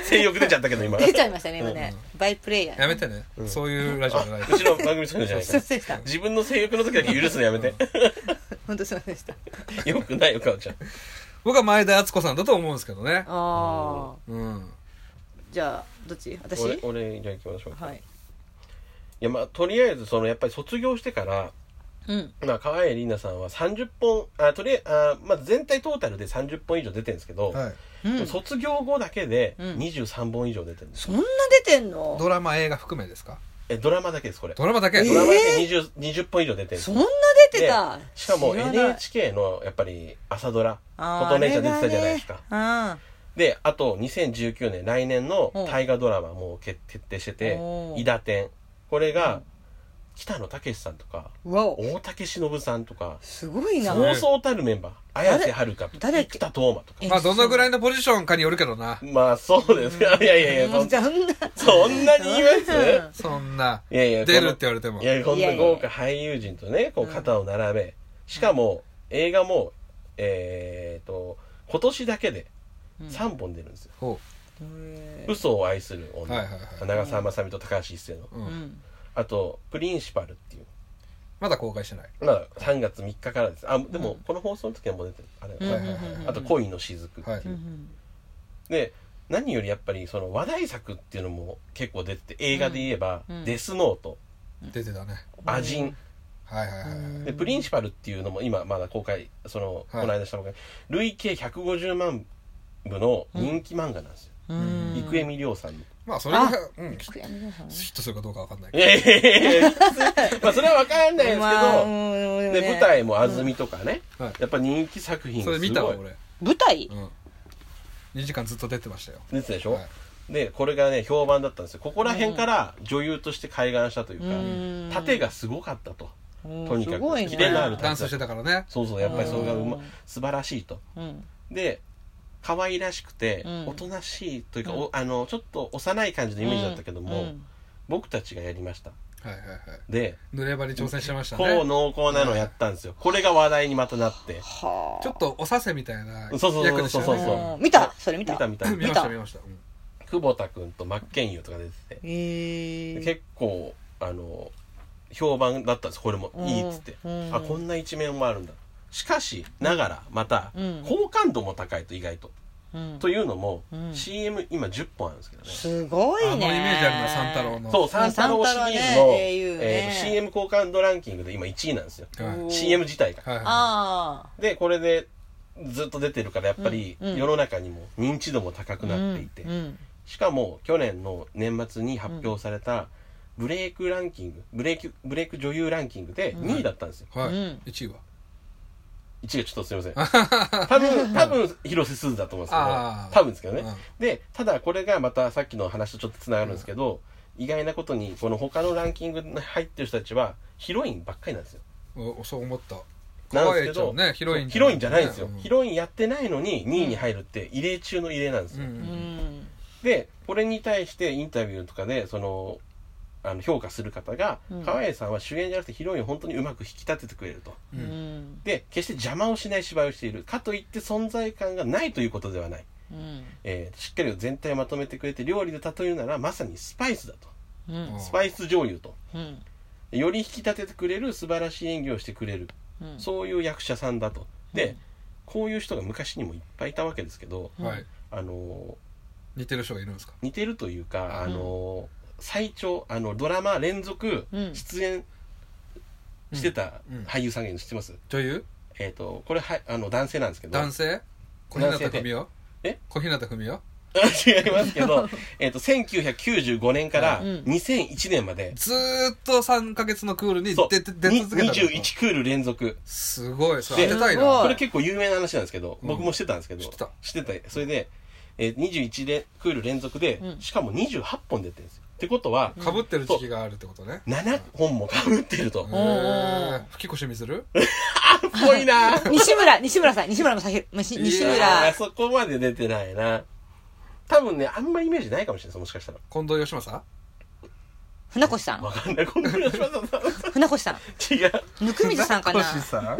S3: 性欲出ちゃったけど、今。
S1: う出ちゃいましたね今ね、バイプレイヤー
S2: やめてね、そういうラジオじゃないう
S3: ちの番組そういうのじゃない
S1: すい
S3: か
S1: ませんでした
S3: ら。自分の性欲の時だけ許すのやめて。
S1: 本当すいませんでした
S3: よくないよ、かおちゃん。
S2: 僕は前田敦子さんだと思うんですけどね
S1: ああ
S2: うん
S1: じゃあどっち私
S3: 俺、俺、じゃあ行きましょう。
S1: はい
S3: いや、まあ、とりあえず、その、やっぱり卒業してから、
S1: うん
S3: まあ、川栄里奈さんは30本、あ、とりあえず、あまあ、全体トータルで30本以上出てるんですけど、
S2: はい
S1: うん
S3: 卒業後だけで
S1: うん
S3: 23本以上出てるんです。
S1: そんな出てんの
S2: ドラマ映画含めですか
S3: え、ドラマだけです、これ。ド
S2: ドラマだけ、
S1: え
S3: ラマだけ 20, 20本以上出てるんです
S1: そんな出てた
S3: でしかも
S1: 知らない
S3: NHK のやっぱり朝ドラ「
S1: あー
S3: 琴姉ちゃん」出てたじゃないですか
S1: あ
S3: であと2019年来年の大河ドラマもう決決定してて
S1: お
S3: 「
S1: ー
S3: 伊田天」これが北野武さんとか
S1: れねうんわお
S3: 大竹しのぶさんとか
S1: すごいな
S2: そう
S3: そうそうたるメンバー綾瀬はるかとか
S1: 誰
S3: 生田斗真とか
S1: え
S2: まあどのぐらいのポジションかによるけどな
S3: まあそうですかいやいやいや
S1: も
S3: そ
S1: うん そんな
S3: そんなに言いま
S2: そんな
S3: すいやいや
S2: 出るって言われても
S3: いや、こんな豪華俳優陣とね、こう肩を並べ、しかも映画も、えーと、今年だけで3本出るんですよ。
S2: ほ
S1: うん
S3: 嘘を愛する女、
S2: はいはいはい
S3: 長澤まさみと高橋一生の。
S2: う、うん
S1: うん
S3: あと、プリンシパルっていう。
S2: まだ公開してない
S3: まあ、3月3日からです。あ、でも、この放送の時はもう出てる。あれ、
S1: うん
S2: はいはいはい
S3: あと、恋の雫っていう、
S2: はい
S1: うん
S3: で、何よりやっぱり、その話題作っていうのも結構出てて、映画で言えば、
S1: うん
S3: デスノート、
S2: 出てたね
S3: アジン、
S2: はいはいはいはい
S3: でプリンシパルっていうのも今まだ公開その、
S2: はい
S3: この間したばかり累計150万部の人気漫画なんですよ、
S1: うん
S3: 郁恵美涼さんの
S2: まあそれが
S1: あ
S2: うんヒ
S1: 悔やみなさい
S2: ットするかどうかわかんない
S3: い
S2: け
S3: やいやいやいやまあそれは分かんないですけど、
S1: まあうんでもね
S3: で舞台も安住とかね、
S2: うんはい
S3: やっぱ人気作品
S2: ど
S3: す
S2: そ
S3: ご
S2: れ
S3: い
S2: 見たわ俺
S1: 舞台
S2: うん2時間ずっと出てましたよ
S3: 出てたでしょ、
S2: はい
S3: でこれがね評判だったんですよここら辺から女優として開眼したというか、
S1: うん
S3: 盾がすごかったと、
S1: あうん
S3: とにか
S1: すごいね
S3: くキレのある
S2: ダン
S3: 短
S2: ス
S3: 冊
S2: してたからね。
S3: そうそうやっぱりそれがうま
S1: うん
S3: 素晴らしいと
S1: うん
S3: で可愛らしくて、
S1: うん
S3: おとなしいというか、
S1: うん
S3: おあのちょっと幼い感じのイメージだったけども、
S1: うん
S3: 僕たちがやりました
S2: はいはいはい。
S3: で
S2: 濡れ場に挑戦してました
S3: こう
S2: ね。
S3: 濃厚なのやったんですよ、これが話題にまたなって
S1: はあ
S2: ちょっとおさせみたいな
S3: そうそうそう
S2: 役でした
S3: そうそう
S2: ね。
S1: ん見たそれ見た
S3: 見た見た
S2: 見ました見ました。うん
S3: 久保田君と真剣佑とか出てて
S1: え
S3: で
S1: ー、
S3: 結構あの評判だったんですこれもいいっつって、
S1: うん
S3: あこんな一面もあるんだしかしながらまた、
S1: うん
S3: 好感度も高いと意外と、
S1: うん
S3: というのも、
S1: うん
S3: CM 今10本あるんですけどね
S1: すごいね
S2: あのイメージあるな、三太郎の。
S3: そう三太郎シリーズ
S1: 三太郎
S3: の、
S1: ね英雄ね
S3: えー CM 好感度ランキングで今1位なんですよ
S2: はい
S1: おー
S3: CM 自体が
S2: はいは
S1: あ
S3: でこれでずっと出てるからやっぱり
S1: うんうん
S3: 世の中にも認知度も高
S1: あ
S3: くなっていて、
S1: うんうん
S3: しかも去年の年末に発表されたブレイクランキングブレイクブレイク女優ランキングで2位だったんですよ、
S2: い。は
S1: う
S2: い
S1: ん。
S2: 一位は。
S3: 1位はちょっとすい ません多分多分広瀬すずだと思うんですけど
S2: あー
S3: 多分ですけどね、
S2: うん
S3: でただこれがまたさっきの話とちょっとつながるんですけど、意外なことにこの他のランキングに入ってる人たちはヒロインばっかりなんですよ
S2: おそう思った。
S3: なんで
S2: 可愛
S3: すけ
S2: い
S3: ど、
S2: ちゃんねヒロイン
S3: ヒロインじゃないんですよ、
S2: うん
S3: ヒロインやってないのに2位に入るって異例中の異例なんです
S2: う。
S1: う
S3: よ、
S1: んん
S3: でこれに対してインタビューとかでそのあの評価する方が、
S1: うん
S3: 川栄さんは主演じゃなくてヒロインを本当にうまく引き立ててくれると
S1: う
S2: うん
S1: ん
S3: で決して邪魔をしない芝居をしているかといって存在感がないということではない、
S1: うん
S3: えーしっかり全体をまとめてくれて料理で例えるならまさにスパイスだと
S1: うん
S3: スパイス女優と
S1: うん
S3: より引き立ててくれる素晴らしい演技をしてくれる
S1: うん
S3: そういう役者さんだと
S1: う
S3: で
S1: ん
S3: こういう人が昔にもいっぱいいたわけですけど
S1: うん
S2: はい。
S3: あのー
S2: 似てる人がいるんですか
S3: 似てるというか、
S1: うん
S3: あの最長あのドラマ連続
S1: うん
S3: 出演してた
S2: うんうん
S3: 俳優さんがいるの知ってます、
S2: 女優
S3: えっ、とこれはあの男性なんですけど違い
S2: 男性小日向文世
S3: え
S2: 小日向文世
S3: ますけどえーと1995年から
S1: うん
S3: 2001年まで、
S2: ずーっと3ヶ月のクールに
S3: そう
S2: 出て出続けたの
S3: 21クール連続
S2: すごいそれ
S3: で
S2: 当てたい
S1: すごい
S3: こ
S2: な
S3: れ結構有名な話なんですけど、
S2: うん
S3: 僕もしてたんですけど
S2: 知ってた
S3: てたそれで、えー21連クール連続で、
S1: うん
S3: しかも28本出てるんですよってことは、
S2: かぶってる時期があるってことね
S3: 7本も被ってると
S2: へ
S1: ん
S2: ー吹越みずる
S3: ぽいなー
S1: 西村西村さん西村正弘西西
S2: い
S1: 村
S3: あーそこまで出てないな多分ねあんまイメージないかもしれないですもしかしたら
S2: 近藤義正
S1: 船越さん
S3: わかんないこんなの柴田さん
S1: 船越さん
S3: 違う
S1: 温水さんかな
S2: 船越さん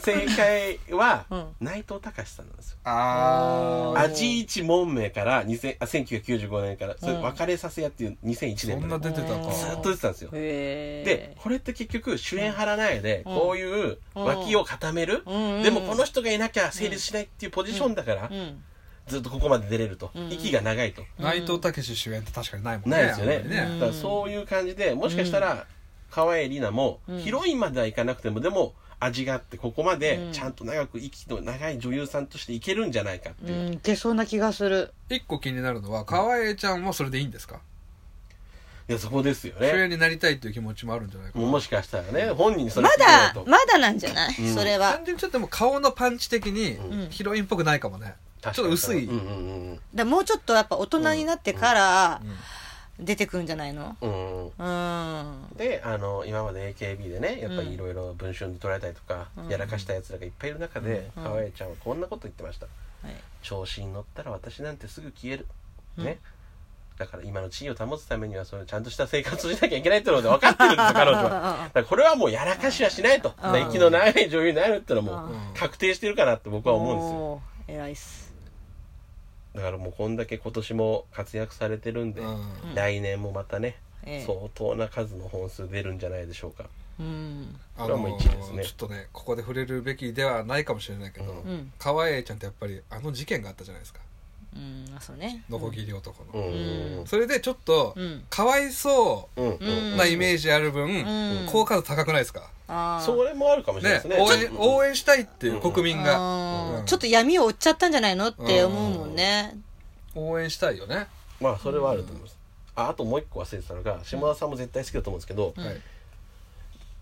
S3: 正解は、
S1: うん
S3: 内藤隆さんなんですよ
S2: あ
S1: ー
S2: あ
S3: 味一門名から2000あ1995年からそれ
S1: うん
S3: 別れさせやっていう2001
S2: そ
S3: 年
S2: ん
S3: ま
S2: な
S3: で
S2: 出てたか
S3: ずっと出てたんですよ
S1: へえ
S3: でこれって結局主演張らないで
S1: うん
S3: こういう脇を固める
S1: うん
S3: でもこの人がいなきゃ成立しないっていうポジションだから
S1: うん
S3: ずっとここまで出れると
S1: うん
S3: 息が長いと
S2: 内藤武志主演って確かにないもんね
S3: ないですよね
S2: あんまり
S1: うん
S3: だからそういう感じでもしかしたら川栄李奈も
S1: うん
S3: ヒロインまではいかなくてもでも味があってここま
S1: う
S3: で
S1: ん
S3: ちゃんと長く息の長い女優さんとしていけるんじゃないかって
S1: う
S3: いう、
S1: んいけそうな気がする
S2: 一個気になるのは川栄ちゃんはそれでいいんですか
S3: いやそこですよ
S2: 主演
S3: ね
S2: になりたいっていう気持ちもあるんじゃないか
S3: もう
S2: な
S3: もしかしたらね本人にそれ
S1: まだ
S3: 聞いてみる
S1: まだなんじゃない
S3: うん
S1: それは
S2: 単純にちょっとでも顔のパンチ的に
S1: うん
S2: ヒロインっぽくないかもねちょ
S3: と
S2: っと薄い
S3: うんうんうん
S1: だからもうちょっとやっぱ大人になってから
S2: うん
S1: 出てくんじゃないの
S3: うんうん
S1: うん
S3: であの今まで AKB でねやっぱりいろいろ文春で取られたりとか、
S1: うん
S3: やらかしたやつらがいっぱいいる中で、
S1: うん
S3: 川栄ちゃんはこんなこと言ってました
S1: はい
S3: 調子に乗ったら私なんてすぐ消える、
S1: うん
S3: ねだから今の地位を保つためにはそれちゃんとした生活をしなきゃいけないってので分かってるんで すよ彼女はだからこれはもうやらかしはしないとだから息の長い女優になるってのはもう
S2: うん
S3: 確定してるかなって僕は思うん
S1: です
S3: ですよ
S1: よ偉いっす
S3: だからもうこんだけ今年も活躍されてるんで、
S2: うん
S3: 来年もまたね
S1: ええ
S3: 相当な数の本数出るんじゃないでしょうか
S1: うん
S2: あ
S3: れは
S2: の
S3: もう一位ですね
S2: ちょっとねここで触れるべきではないかもしれないけど、
S3: うん
S1: うん
S2: 川栄ちゃんってやっぱりあの事件があったじゃないですか
S1: うんあそうね
S2: のこぎり男の、
S3: うん
S1: うん
S2: それでちょっと、
S1: うん
S2: かわいそ
S3: うんうん
S1: う
S2: うんなイメージある分、
S1: うん
S2: 好感度高くないですか、
S1: あー
S3: それもあるかもしれない
S2: ね
S3: ですね
S2: 応援応援したいっていう
S3: うん
S2: 国民が、
S1: あ
S2: う
S1: ー
S2: ん
S1: ちょっと闇を追っちゃったんじゃないのって思うもんね
S2: 応援したいよね、
S3: まあそれはあると思います、ああともう一個忘れてたのが下田さんも絶対好きだと思うんですけど、
S1: うん
S2: はい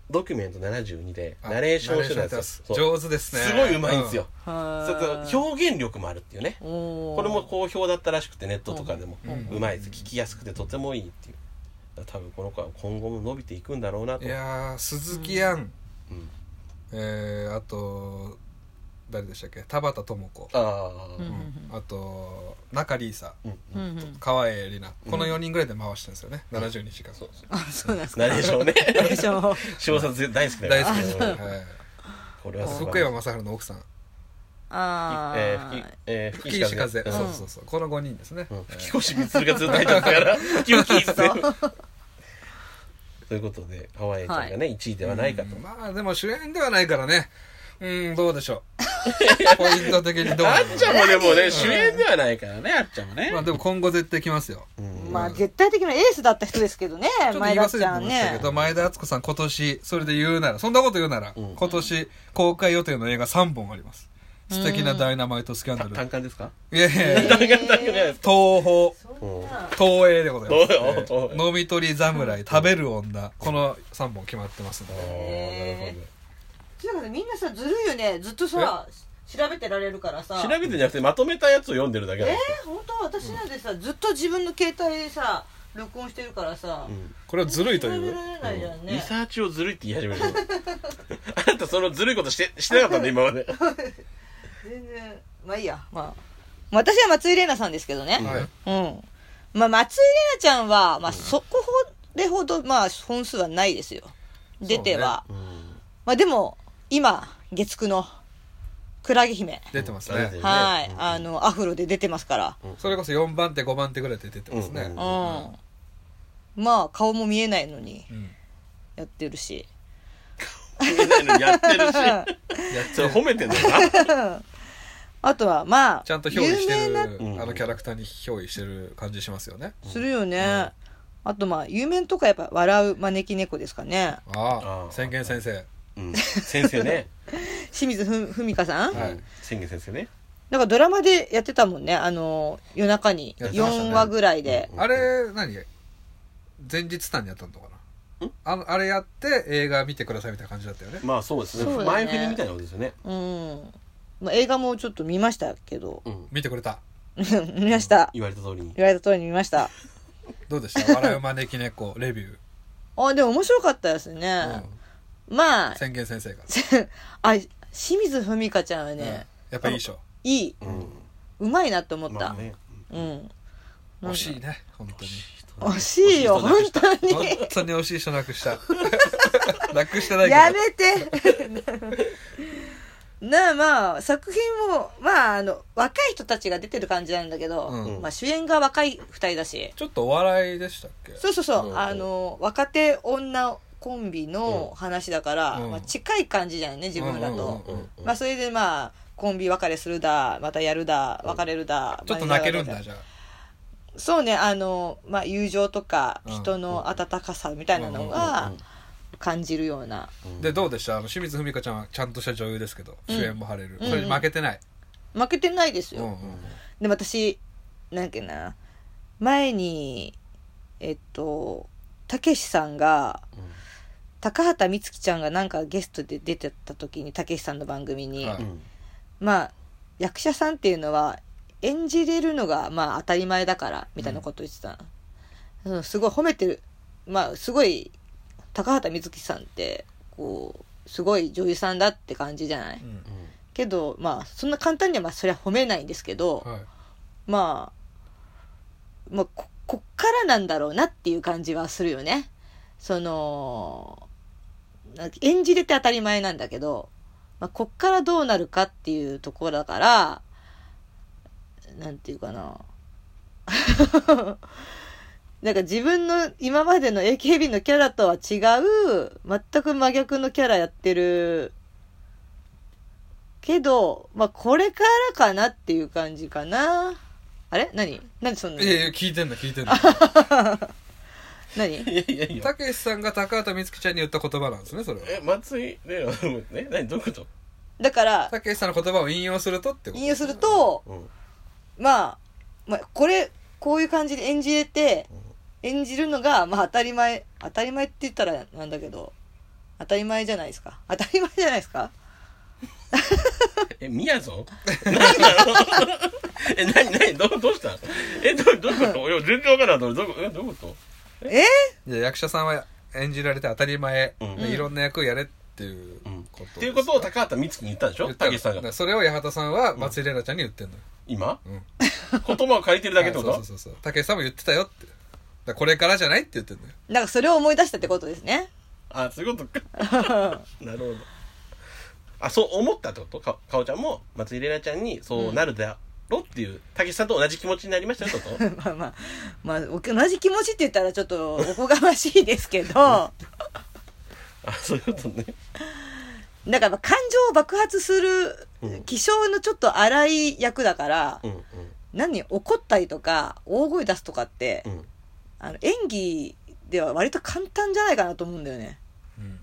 S3: ドキュメント72で
S2: あ
S3: ナレーションして
S2: ナレーションや
S3: たん
S2: って
S3: で
S2: ますす
S3: よそう
S2: 上手ですね
S3: すごいうまいんですよ、それ
S1: は
S3: か
S1: い
S3: ら表現力もあるっていうね
S1: おー
S3: これも好評だったらしくてネットとかでも
S2: うん
S3: うまいです聞きやすくてとてもいいっていう多分この子は今後も伸びていくんだろうなと
S2: いやー鈴木杏、
S3: うん
S2: えー、あと誰でしたっけ田畑智子、
S3: ああ、
S1: うん
S2: うんあと中里依紗
S1: うんうん
S2: 川栄里奈この4人ぐらいで回してるんですよね、70日間
S3: そうそう
S1: あそうなんです か
S3: ナレー ションね
S1: ナレーションを
S3: 柴田さん大好きだ
S2: 大
S3: よ
S2: 好き
S3: ね
S2: です、
S3: うん
S2: はい、
S3: これは素晴
S2: 福
S3: らしい
S2: 山雅治の奥さん
S1: あー
S3: えー吹きえ
S2: 吹
S3: ー
S2: 石風、
S3: うん
S2: そうそうそうこの5人ですね、
S3: うん
S2: えー
S3: 吹越光がずっと入ってますから 吹き吹きってということで川栄ちゃんがね、1位ではないかと、
S2: うんまあでも主演ではないからねうんどうでしょ うポイント的にどう
S3: あ
S2: な
S3: っちゃん
S2: の
S3: もでもね
S1: 何
S3: 主演ではないからねあっちゃんもね、
S2: まあでも今後絶対来ますよ
S3: うん
S1: まあ絶対的なエースだった人ですけどね
S2: ちょっと言
S1: 前
S2: い
S1: 田
S2: 忘
S1: ち
S2: れて
S1: ゃ
S2: ま
S1: ん
S2: したけ
S1: ね
S2: ど、前田敦子さん今年、それで言うなら、そんなこと言うなら、
S3: うん
S2: 今年公開予定の映画3本あります。
S1: うん
S2: 素敵なダイナマイトスキャンダ
S3: た
S2: ル。
S3: 単管ですか
S2: いやいやいや
S3: 単管単管じゃないですか
S2: 東宝、東映でございます。
S3: 東宝
S2: え
S3: 東
S2: ー飲み取り侍、食べる女、この3本決まってますん
S3: あ
S2: で。
S3: ーなる
S1: ちょっと待ってみんなさずるいよねずっとさ調べてられるからさ
S3: ほど調べてんじゃなくてまとめたやつを読んでるだけ
S1: え
S3: なん
S1: ー
S3: ですよ、、
S1: 本当私なんてさ、ずっと自分の携帯でさ録音してるからさ、
S3: うん
S2: これはずるいと
S1: 調
S2: い
S1: べ
S2: う。
S1: られないじゃん
S3: リ
S1: ね、
S3: サーチをずるいって言い始める あなたそのずるいことしてしてなかったんで今まで
S1: 全然まあいいやまあ私は松井玲奈さんですけどね
S2: はい。
S1: うん、まあ松井玲奈ちゃんは、まあ、そこほれほどまあ本数はないですよ出ては、
S3: うん
S1: まあでも今月9の「クラゲ姫
S2: 出てます
S3: 出て
S2: ね
S3: る。」ね
S1: はい、
S3: うん
S1: あのアフロで出てますから
S2: それこそ4番手、5番手ぐらいで出てますね。
S3: うん
S1: うん、まあ顔も見えないのに
S2: うん
S1: やってるし
S3: やってるし
S2: や
S3: そ
S2: っ
S3: れ
S2: て
S3: 褒めてんだよな
S1: あとはまあ
S2: ちゃんと憑依して
S1: 有名な
S2: る、
S3: うん
S2: あのキャラクターに憑依してる感じしますよね。
S1: するよね、あとまあ有名なとかやっぱ笑う招き猫ですかね
S2: あ
S3: あー
S2: あ、宣言先生。
S3: うん先生ね、
S1: 清水ふふみかさん、
S2: はい
S3: うん千家先生ね
S1: なんかドラマでやってたもんねあの夜中に
S2: やってましたね
S1: 4話ぐらいで、
S2: あれ何前日単にやったのかなあのあれやって映画見てくださいみたいな感じだったよね
S3: まあそうですね
S1: そうだ
S3: 前
S1: ね
S3: 振りみたいなことですよね、
S1: うんまあ、映画もちょっと見ましたけど
S3: うん、
S2: 見てくれた
S1: 見ました
S3: 言われた通りに
S1: 言われた通りに見ました
S2: どう でした笑う招き猫レビュー、
S1: あでも面白かったですね、まあ
S2: 宣言先生が、
S1: あ清水ふみかちゃんはね、
S2: やっぱいいでしょ
S1: いい
S3: うん
S1: うまいなと思った、
S3: まあね
S1: うん
S2: 惜しいね本当に
S1: 惜しいよ本当に
S2: 本当に惜しい人なくした なくしてないけど
S1: やめて なあまあ作品もまああの若い人たちが出てる感じなんだけど、
S2: うん
S1: まあ、主演が若い2人だし
S2: ちょっとお笑いでしたっけ
S1: そうそうそう、
S3: うん
S1: あの若手女コンビの話だから、
S2: うん
S1: まあ、近い感じじゃないね自分らと、
S2: うんうん
S1: まあ、それでまあコンビ別れするだまたやるだ別れるだ、
S2: ちょっと泣けるんだじゃあ
S1: そうねあの、まあ、友情とか
S2: うん
S1: 人の温かさみたいなのが感じるような
S2: でどうでしたあの清水文香ちゃんはちゃんとした女優ですけど主演も張れる、
S1: うん
S2: それに負けてない、
S1: 負けてないです
S2: うん
S1: よ、
S2: うん
S1: でも私なんやっけな前にえっとたけしさんが高畑充希ちゃんがなんかゲストで出てた時にたけしさんの番組に、
S2: はい
S1: まあ役者さんっていうのは演じれるのがまあ当たり前だからみたいなこと言ってた、うん、すごい褒めてるまあすごい高畑充希さんってこうすごい女優さんだって感じじゃない
S2: うん
S1: けどまあそんな簡単にはまあそれは褒めないんですけど、
S2: はい
S1: まあ、まあ、こ、こっからなんだろうなっていう感じはするよね。その、なんか演じれて当たり前なんだけど、まあ、こっからどうなるかっていうところだから、なんていうかな。 なんか自分の今までの AKB のキャラとは違う、全く真逆のキャラやってるけど、まあ、これからかなっていう感じかな。あれ何何そんない
S2: やいや聞いてんだ聞いてんだ
S1: 何
S3: いやいやいや
S2: たけしさんが高畑充希ちゃんに言った言葉なんですねそれは
S3: え松井玲奈のね何どういうこと
S1: だから、
S2: たけしさんの言葉を引用するとってこと
S1: 引用すると、
S3: うん
S1: まあ、まあ、これ、こういう感じで演じれて、演じるのが、まあ当たり前、当たり前って言ったらなんだけど、当たり前じゃないですか。当たり前じゃないですか。
S3: えみや ぞ何なのえ何何どうどうしたえどどういうこといや全然わからんどうどうえどういうこと
S1: え
S2: いや役者さんは演じられて当たり前、
S3: うん
S2: でいろんな役をやれっていう
S3: うん
S2: ことです、
S3: っていうことを高畑充希に言ったんでし
S2: 言
S3: ょ
S2: った
S3: た
S2: の
S3: けしさん
S2: だか
S3: が
S2: らそれを八幡さんは松井玲奈ちゃんに言ってんのよ、
S3: 今
S2: うん
S3: 言葉を借りてるだけってこ
S2: そ
S3: と
S2: うそうそうそうたけしさんも言ってたよってだからこれからじゃないって言ってんのよ
S1: なんかそれを思い出したってことですね。
S3: あそういうことか なるほどあそう思ったってことかかおちゃんも松井玲奈ちゃんにそうなるだろっていうたけしさんと同じ気持ちになりましたよってこ
S1: まあまあ、まあ、お同じ気持ちって言ったらちょっとおこがましいですけど、
S3: とあそういうことね
S1: だから感情を爆発する気性のちょっと荒い役だから、
S3: うんうん
S1: 何怒ったりとか大声出すとかって、
S3: うん
S1: あの演技では割と簡単じゃないかなと思うんだよね。
S2: うん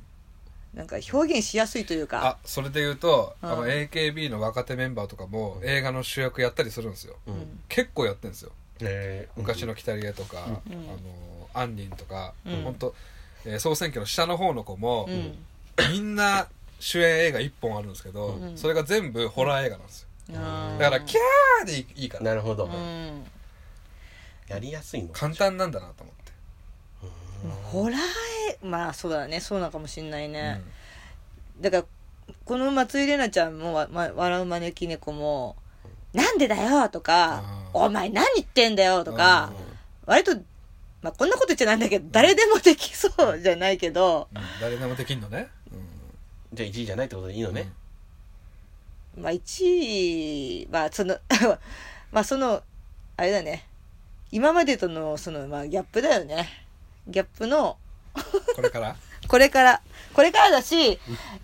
S1: なんか表現しやすいというか。
S2: あそれで言うと、
S1: うん
S2: あの AKB の若手メンバーとかも映画の主役やったりするんですよ、
S3: うん
S2: 結構やってるんですよ
S3: えー
S2: 昔の「キタリエ」とか、
S1: うん
S2: あの「アンリン」とか、
S1: うん
S2: ほんと、えー総選挙の下の方の子も、
S1: うん。
S2: みんな主演映画1本あるんですけど、
S1: うん
S2: それが全部ホラー映画なんですよ
S1: あー
S2: だから「キャー」でいいいいから
S3: なるほど、
S1: うん。
S3: やりやすいの
S2: 簡単なんだなと思って、
S1: ホラーえ、まあそうだね、そうなのかもしんないね。
S2: うん
S1: だから、この松井玲奈ちゃんも、わま、笑う招き猫も、なんでだよとか、
S2: うん
S1: お前何言ってんだよとか、
S2: うん
S1: 割と、まあこんなこと言っちゃなんだけど、誰でもできそうじゃないけど、
S2: うん誰でもできんのね、うん
S3: じゃあ1位じゃないってことでいいのね、
S1: まあ1位は、その、 まあその、あれだね。今までとの、その、まあギャップだよね。ギャップの、
S2: これから
S1: これから、これからだし、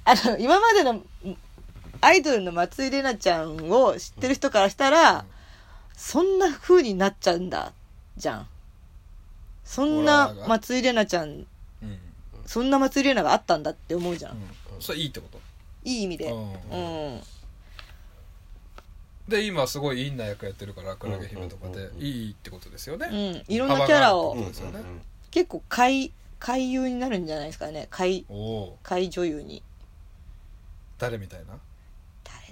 S1: あの、今までの、アイドルの松井玲奈ちゃんを知ってる人からしたら、そんな風になっちゃうんだ、じゃん。そんな
S2: ホラーが
S1: 松井玲奈ちゃん、
S2: うん、
S1: そんな松井玲奈があったんだって思うじゃん。
S2: うん、それいいってこと
S1: いい意味で。
S2: う
S1: うん。
S2: で今すごいインな役やってるからクラゲ姫とかで、
S3: うんうんうん
S2: いいってことですよね、
S1: うん。いろんなキャラを
S2: う。んそうですよね
S1: 結構怪怪優になるんじゃないですかね怪
S2: おおー
S1: 怪女優に
S2: 誰みたいな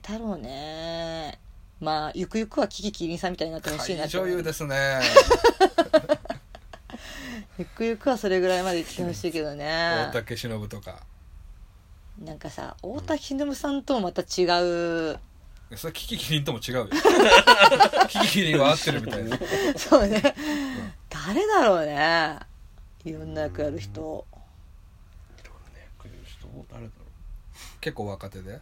S1: 誰だろうねまあゆくゆくはキキキリンさんみたいになってほしいな
S2: 怪
S1: と
S2: 女
S1: 思
S2: 優
S1: う
S2: ですね
S1: ゆくゆくはそれぐらいまで行ってほしいけどね
S2: 大竹しのぶとか
S1: なんかさ太田忍さんともまた違う
S2: それキキキリンとも違うよキキキリンは合ってるみたいな
S1: そうね誰だろうねいろんな役やる人
S3: 誰だろ
S2: 結構若手で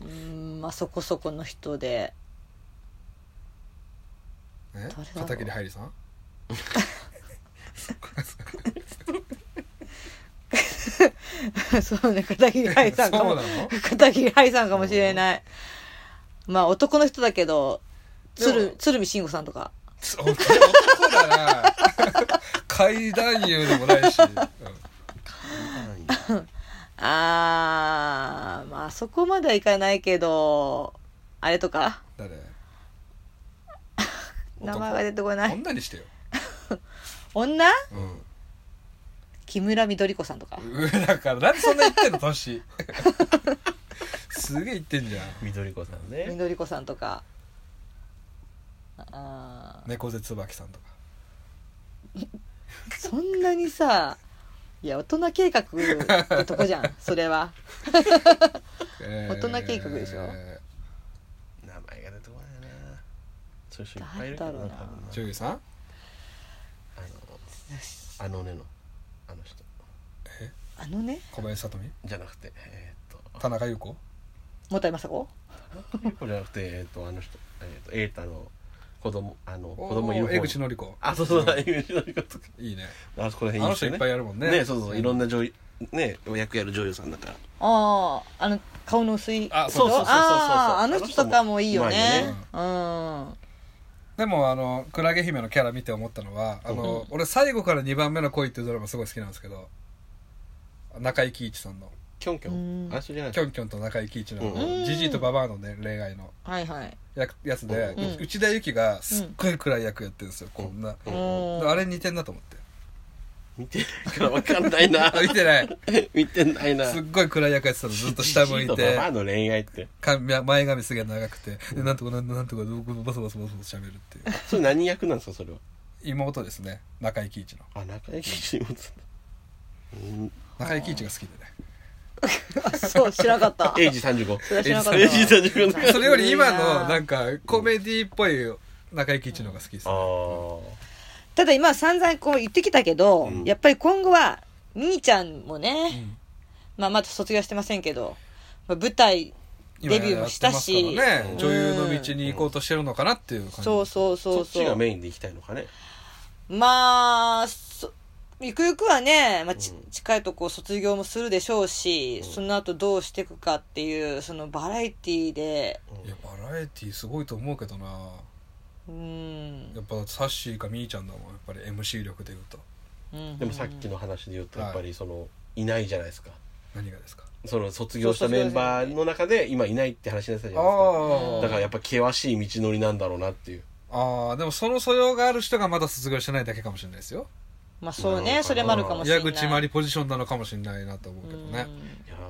S1: うんまあそこそこの人で 誰
S2: え
S1: だろう
S2: 片桐はいりさん
S1: そうね、片桐愛さんかも。
S2: そうなの
S1: 片桐愛さんかもしれない。まあ男の人だけど、
S2: でも
S1: 鶴、鶴見慎吾さんとか。
S2: つ男だな怪談優でもないし、うん
S1: あー、まあそこまではいかないけど、あれとか
S2: 誰
S1: 名前が出てこない。
S2: 女にしてよ、
S1: 女
S2: うん
S1: 木村みどり子さんとか。
S2: うわだからなんでそんな言ってんの 年すげえ言ってんじゃん
S3: う緑子さん
S1: み
S3: ね
S1: どり子さんとか。あー
S2: 猫背椿さんとか
S1: そんなにさ、いや、大人計画ってとこじゃん、それは。
S2: 大
S1: 大人計画でしょ
S3: 名前が出てこないなそういう人いっぱいいるけど
S1: 誰だろうな
S3: 多分な
S2: 女優さん
S3: あのあのねのあの人
S1: あのね、
S2: 小林さとみ
S3: じゃなくてえーっ
S2: 田中優子
S1: もたいまさこ
S3: とこれじゃなくてえーっとあの人えーっと瑛太の子供あの子
S2: お
S3: 供
S2: ー
S3: いる方
S2: 江口のり子
S3: あそうそう江口のり子とか
S2: いいね
S3: あそこら
S2: あ
S3: 辺
S2: の人いっぱい
S3: い
S2: やるもん
S3: ね
S2: ね
S3: ねそうそういろんな女優ね役やる女優さんだから
S1: あああの顔の薄い
S2: あ
S1: 人
S2: そうそうそうそうそう
S1: あーあの人とかもいいよ
S3: あの
S1: ね
S2: 人も
S1: うん
S2: でもあのクラゲ姫のキャラ見て思ったのはあの、俺最後から2番目の恋っていうドラマすごい好きなんですけど中井貴一さんの
S3: キョンキョンあそれじゃない
S2: キョンキョンと中井貴一の、
S3: うん
S2: ジジイとババアの、ね、恋愛の
S1: はいはい
S2: ややつで、
S1: うん
S2: 内田有紀がすっごい暗い役やってるんですよ、こんな、
S1: う
S3: うん
S1: ん
S2: あれ似てんなと思って
S3: 見てないからわかんな いな
S2: あ見てない
S3: 見てないな
S2: すっごい暗い役やってたのずっと下向い
S3: じじと
S2: て
S3: ババアの恋愛って
S2: か前髪すげえ長くてでなんとかなんとかなんとかどうこうバサバサバサバサしゃべるっていう
S3: それ何役なんですかそれは
S2: 妹ですね中井貴一の
S3: あ中井貴一妹うん
S2: 中井貴一が好きでね
S1: あそう、知らなかった。
S3: エイジ35
S1: それは知らなかった
S3: エイジ35
S1: は
S3: の
S1: い
S2: それより今のなんかコメディっぽい中井貴一の方が好きです、
S3: あ
S1: ただ今散々こう言ってきたけど、
S3: うん
S1: やっぱり今後は、みーちゃんも
S2: う
S1: ね、
S2: ん
S1: まあまだ卒業してませんけど、まあ、舞台、
S2: 今
S1: デビューもしたし
S2: やってますからね
S3: うん
S2: 女優の道に行こうとしてるのかなっていう感じ
S1: そうそう
S3: あそ
S1: そう
S3: っち
S1: そ
S3: が
S1: う。
S3: メインでいきたいのかね
S1: まあ、そゆくゆくはね、まあち
S3: うん
S1: 近いとこ卒業もするでしょうし、その後どうしていくかっていう、そのバラエティーで、
S2: いやバラエティーすごいと思うけどな
S1: うん。
S2: やっぱサッシーかみーちゃんだもんやっぱり MC 力でいうと
S1: うん
S3: でもさっきの話で言うとやっぱりそのいないじゃないですか
S2: 何がですか
S3: その卒業したメンバーの中で今いないって話になってたじゃないですか
S1: ー
S2: あ
S3: だからやっぱ険しい道のりなんだろうなっていう
S2: ああでもその素養がある人がまだ卒業してないだけかもしれないですよ
S1: まあそう
S3: なるほ
S1: ね、
S3: ど
S1: それもあるかもしれない。
S2: 矢口真理ポジションなのかもしれないなと思うけど
S1: う
S2: ね
S1: ん
S3: いや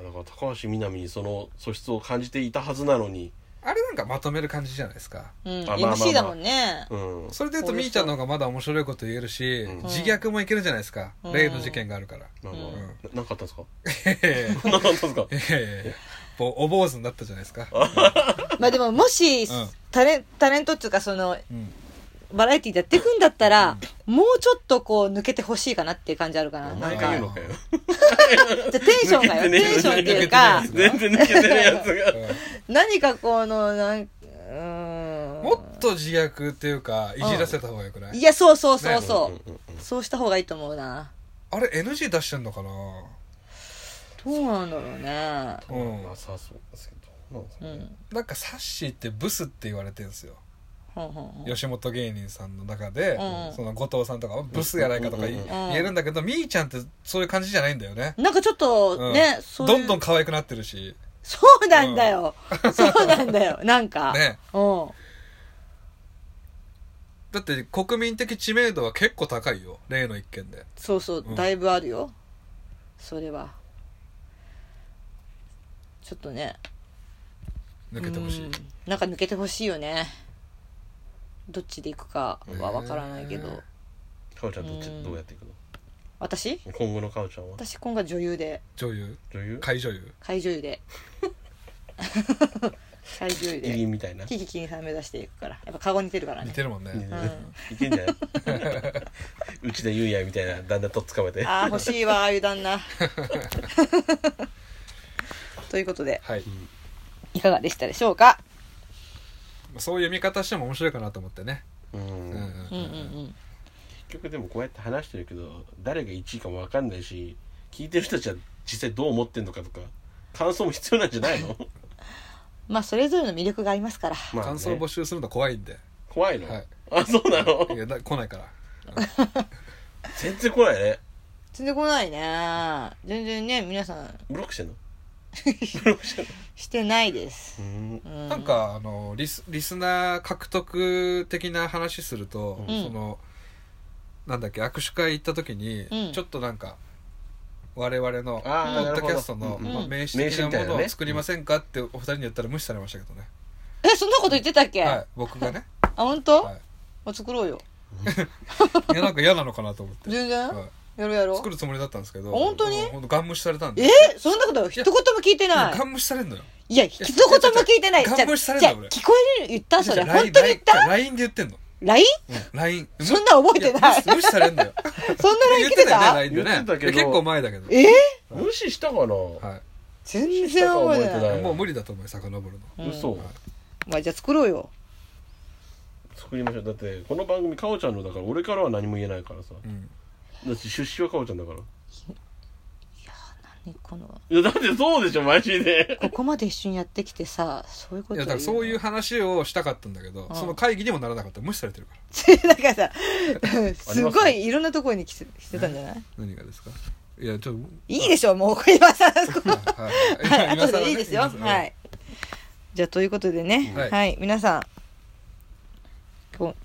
S3: ーだから高橋みなみにその素質を感じていたはずなのに
S2: あれなんかまとめる感じじゃないですか
S1: うん、
S3: あまあまあまあ
S1: MC だもんね。
S3: うん
S2: それで言うとみーちゃんの方がまだ面白いこと言えるし、
S3: うん
S2: 自虐もいけるじゃないですか、
S1: うん
S2: 例の事件があるから、
S3: まあまあ
S1: うん
S3: ななんかあったんですか
S2: へへ
S3: なんかあったんですか
S2: へへぼお坊主になったじゃないですか、
S1: まあでももし、
S2: ん
S1: タレンタレントっていうかその
S2: うん、
S1: バラエティーでやっていくんだったら、もうちょっとこう抜けてほしいかなっていう感じあるかな
S3: お
S1: なん
S3: 前
S1: か
S3: が
S1: じゃ
S3: 言うのかよ
S1: あテンションがよ
S3: 抜けてね
S1: テンションっていうか
S2: 抜
S3: 全然抜けてるやつが
S1: 何かこのなんうーん
S2: もっと自虐っていうかいじらせた方がよくない、
S1: いやそうそうそうそう、
S3: んんんうん
S1: そうした方がいいと思うな
S2: あれ NG 出してんのかな
S1: どうなんだろうね
S2: うん
S3: なさそうですけどなんか
S1: う
S3: ね
S1: ん
S2: なんかサッシーってブスって言われてるんですよ
S1: ほんほんほん
S2: 吉本芸人さんの中で、
S1: うん
S2: その後藤さんとかはブスやないかとかい
S3: うん
S2: 言えるんだけど、みーちゃんってそういう感じじゃないんだよね、
S1: なんかちょっと
S2: うん
S1: ね、そういう
S2: どんどん可愛くなってるし
S1: そうなんだよ、そうなんだよ なんか、
S2: ね
S1: うん
S2: だって国民的知名度は結構高いよ例の一件で
S1: そうそう、
S2: うん
S1: だいぶあるよそれはちょっとね
S2: 抜けてほしい、
S1: うんなんか抜けてほしいよねどっちで行くかは分からないけど、
S2: ねえ
S3: かおちゃんどっち
S1: うん
S3: どうやっていくの
S1: 私
S3: 今後のかおちゃんは
S1: 私今回女優で
S2: 女優
S3: 女優
S2: 海女優
S1: 会女優 で会女優
S3: キ
S1: で
S3: リンみたいな
S1: キキキンさん目指していくからやっぱカゴ似てるから
S2: 似
S1: ね
S2: てるもん
S3: うん
S2: ね
S3: いけんじゃない うちで言うやみたいなだんだんとっ捕まえて
S1: ああ欲しいわああいう 旦那 ということで
S2: はい、
S1: いかがでしたでしょうか
S2: そういう見方しても面白いかなと思ってね、
S3: うん
S2: うんうん
S1: うんうんうん
S3: 結局でもこうやって話してるけど誰が1位かも分かんないし聞いてる人たちは実際どう思ってんのかとか感想も必要なんじゃ ないの
S1: まあそれぞれの魅力がありますから
S3: まあね
S2: 感想募集するの怖いん で、
S3: 怖いの、
S2: はい
S3: あそうなの
S2: いやだ来ないから
S3: 全然怖いね
S1: 全然来ないね全然ね皆さん
S3: ブロックしてんの
S1: してないです、
S3: うん
S1: うん、
S2: なんかあのリスリスナー獲得的な話すると、
S1: うん
S2: そのなんだっけ握手会行った時に、
S1: うん
S2: ちょっとなんか我々のポ
S3: あー
S2: ッドキャスト
S3: なる
S2: の、
S3: ほ
S1: どうん
S2: まあ
S1: うん
S2: 名刺的
S3: 名刺みた
S2: ないも
S3: な
S2: の
S3: ね
S2: を作りませんかってお二人に言ったら無視されましたけどね、
S1: えそんなこと言ってたっけ、
S2: は
S1: あ
S2: い僕がね、
S1: 本当、
S2: はい、
S1: あ作ろうよ
S2: いやなんか嫌なのかなと思って、
S1: 全然、
S2: は
S1: やろうや
S2: い、
S1: ろ
S2: 作
S1: う
S2: るつもりだったんですけど
S1: 本当に
S2: うん本当ガン無視されたんで
S1: えそんなこと一言も聞いてない
S2: ガン無視されんのよ
S1: いや一言も聞いてない
S2: いや
S1: じゃ
S2: ガン無視されん
S1: じ
S2: だ
S1: ゃ
S2: 俺
S1: 聞こえる言ったそれ
S2: ライ
S1: 本当に言った
S2: LINE で言ってんの
S1: LINE?
S2: うん LINE
S1: そんな覚えてない
S2: や無視無視されんのよ
S1: そんな LINE 来てた
S2: 言ってたよね LINE でね
S3: 言ってたけど
S2: いや結構前だけど、
S1: え
S3: 無視したかな、
S2: は
S1: 全然覚えて
S3: 知ったか覚えて
S1: な、
S3: ない
S2: い、もう無理だと思うよ遡るの
S1: うん
S3: 嘘
S1: まあじゃあ作ろうよ
S3: 作りましょうだってこの番組かおちゃんのだから俺からは何も言えないからさ
S2: うん
S3: だって出資はかおちゃんだから
S1: 何この
S3: いやだってそうでしょマジで
S1: ここまで一緒にやってきてさそういうこ
S2: い
S1: と
S2: やだからそういう話をしたかったんだけど、
S1: うん
S2: その会議にもならなかった無視されてるから
S1: だからさすごいいろんなところに来て来てたんじゃない
S2: 何がですかいやちょっ
S1: いいでしょうもう今 さ
S2: とは い
S1: はい、
S2: 今
S1: 後
S2: 更ね
S1: でいいですよ。
S2: 今更
S1: は、い。じゃあ、ということでね、
S2: はい
S1: はい、皆さん、今日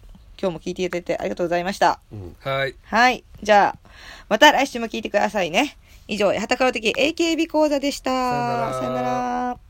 S1: 今日も聞いていただいてありがとうございました。
S3: うん
S2: はい、
S1: はい。じゃあ、また来週も聞いてくださいね。以上、八幡かよ的 AKB 講座でした。
S2: さよなら
S1: さよなら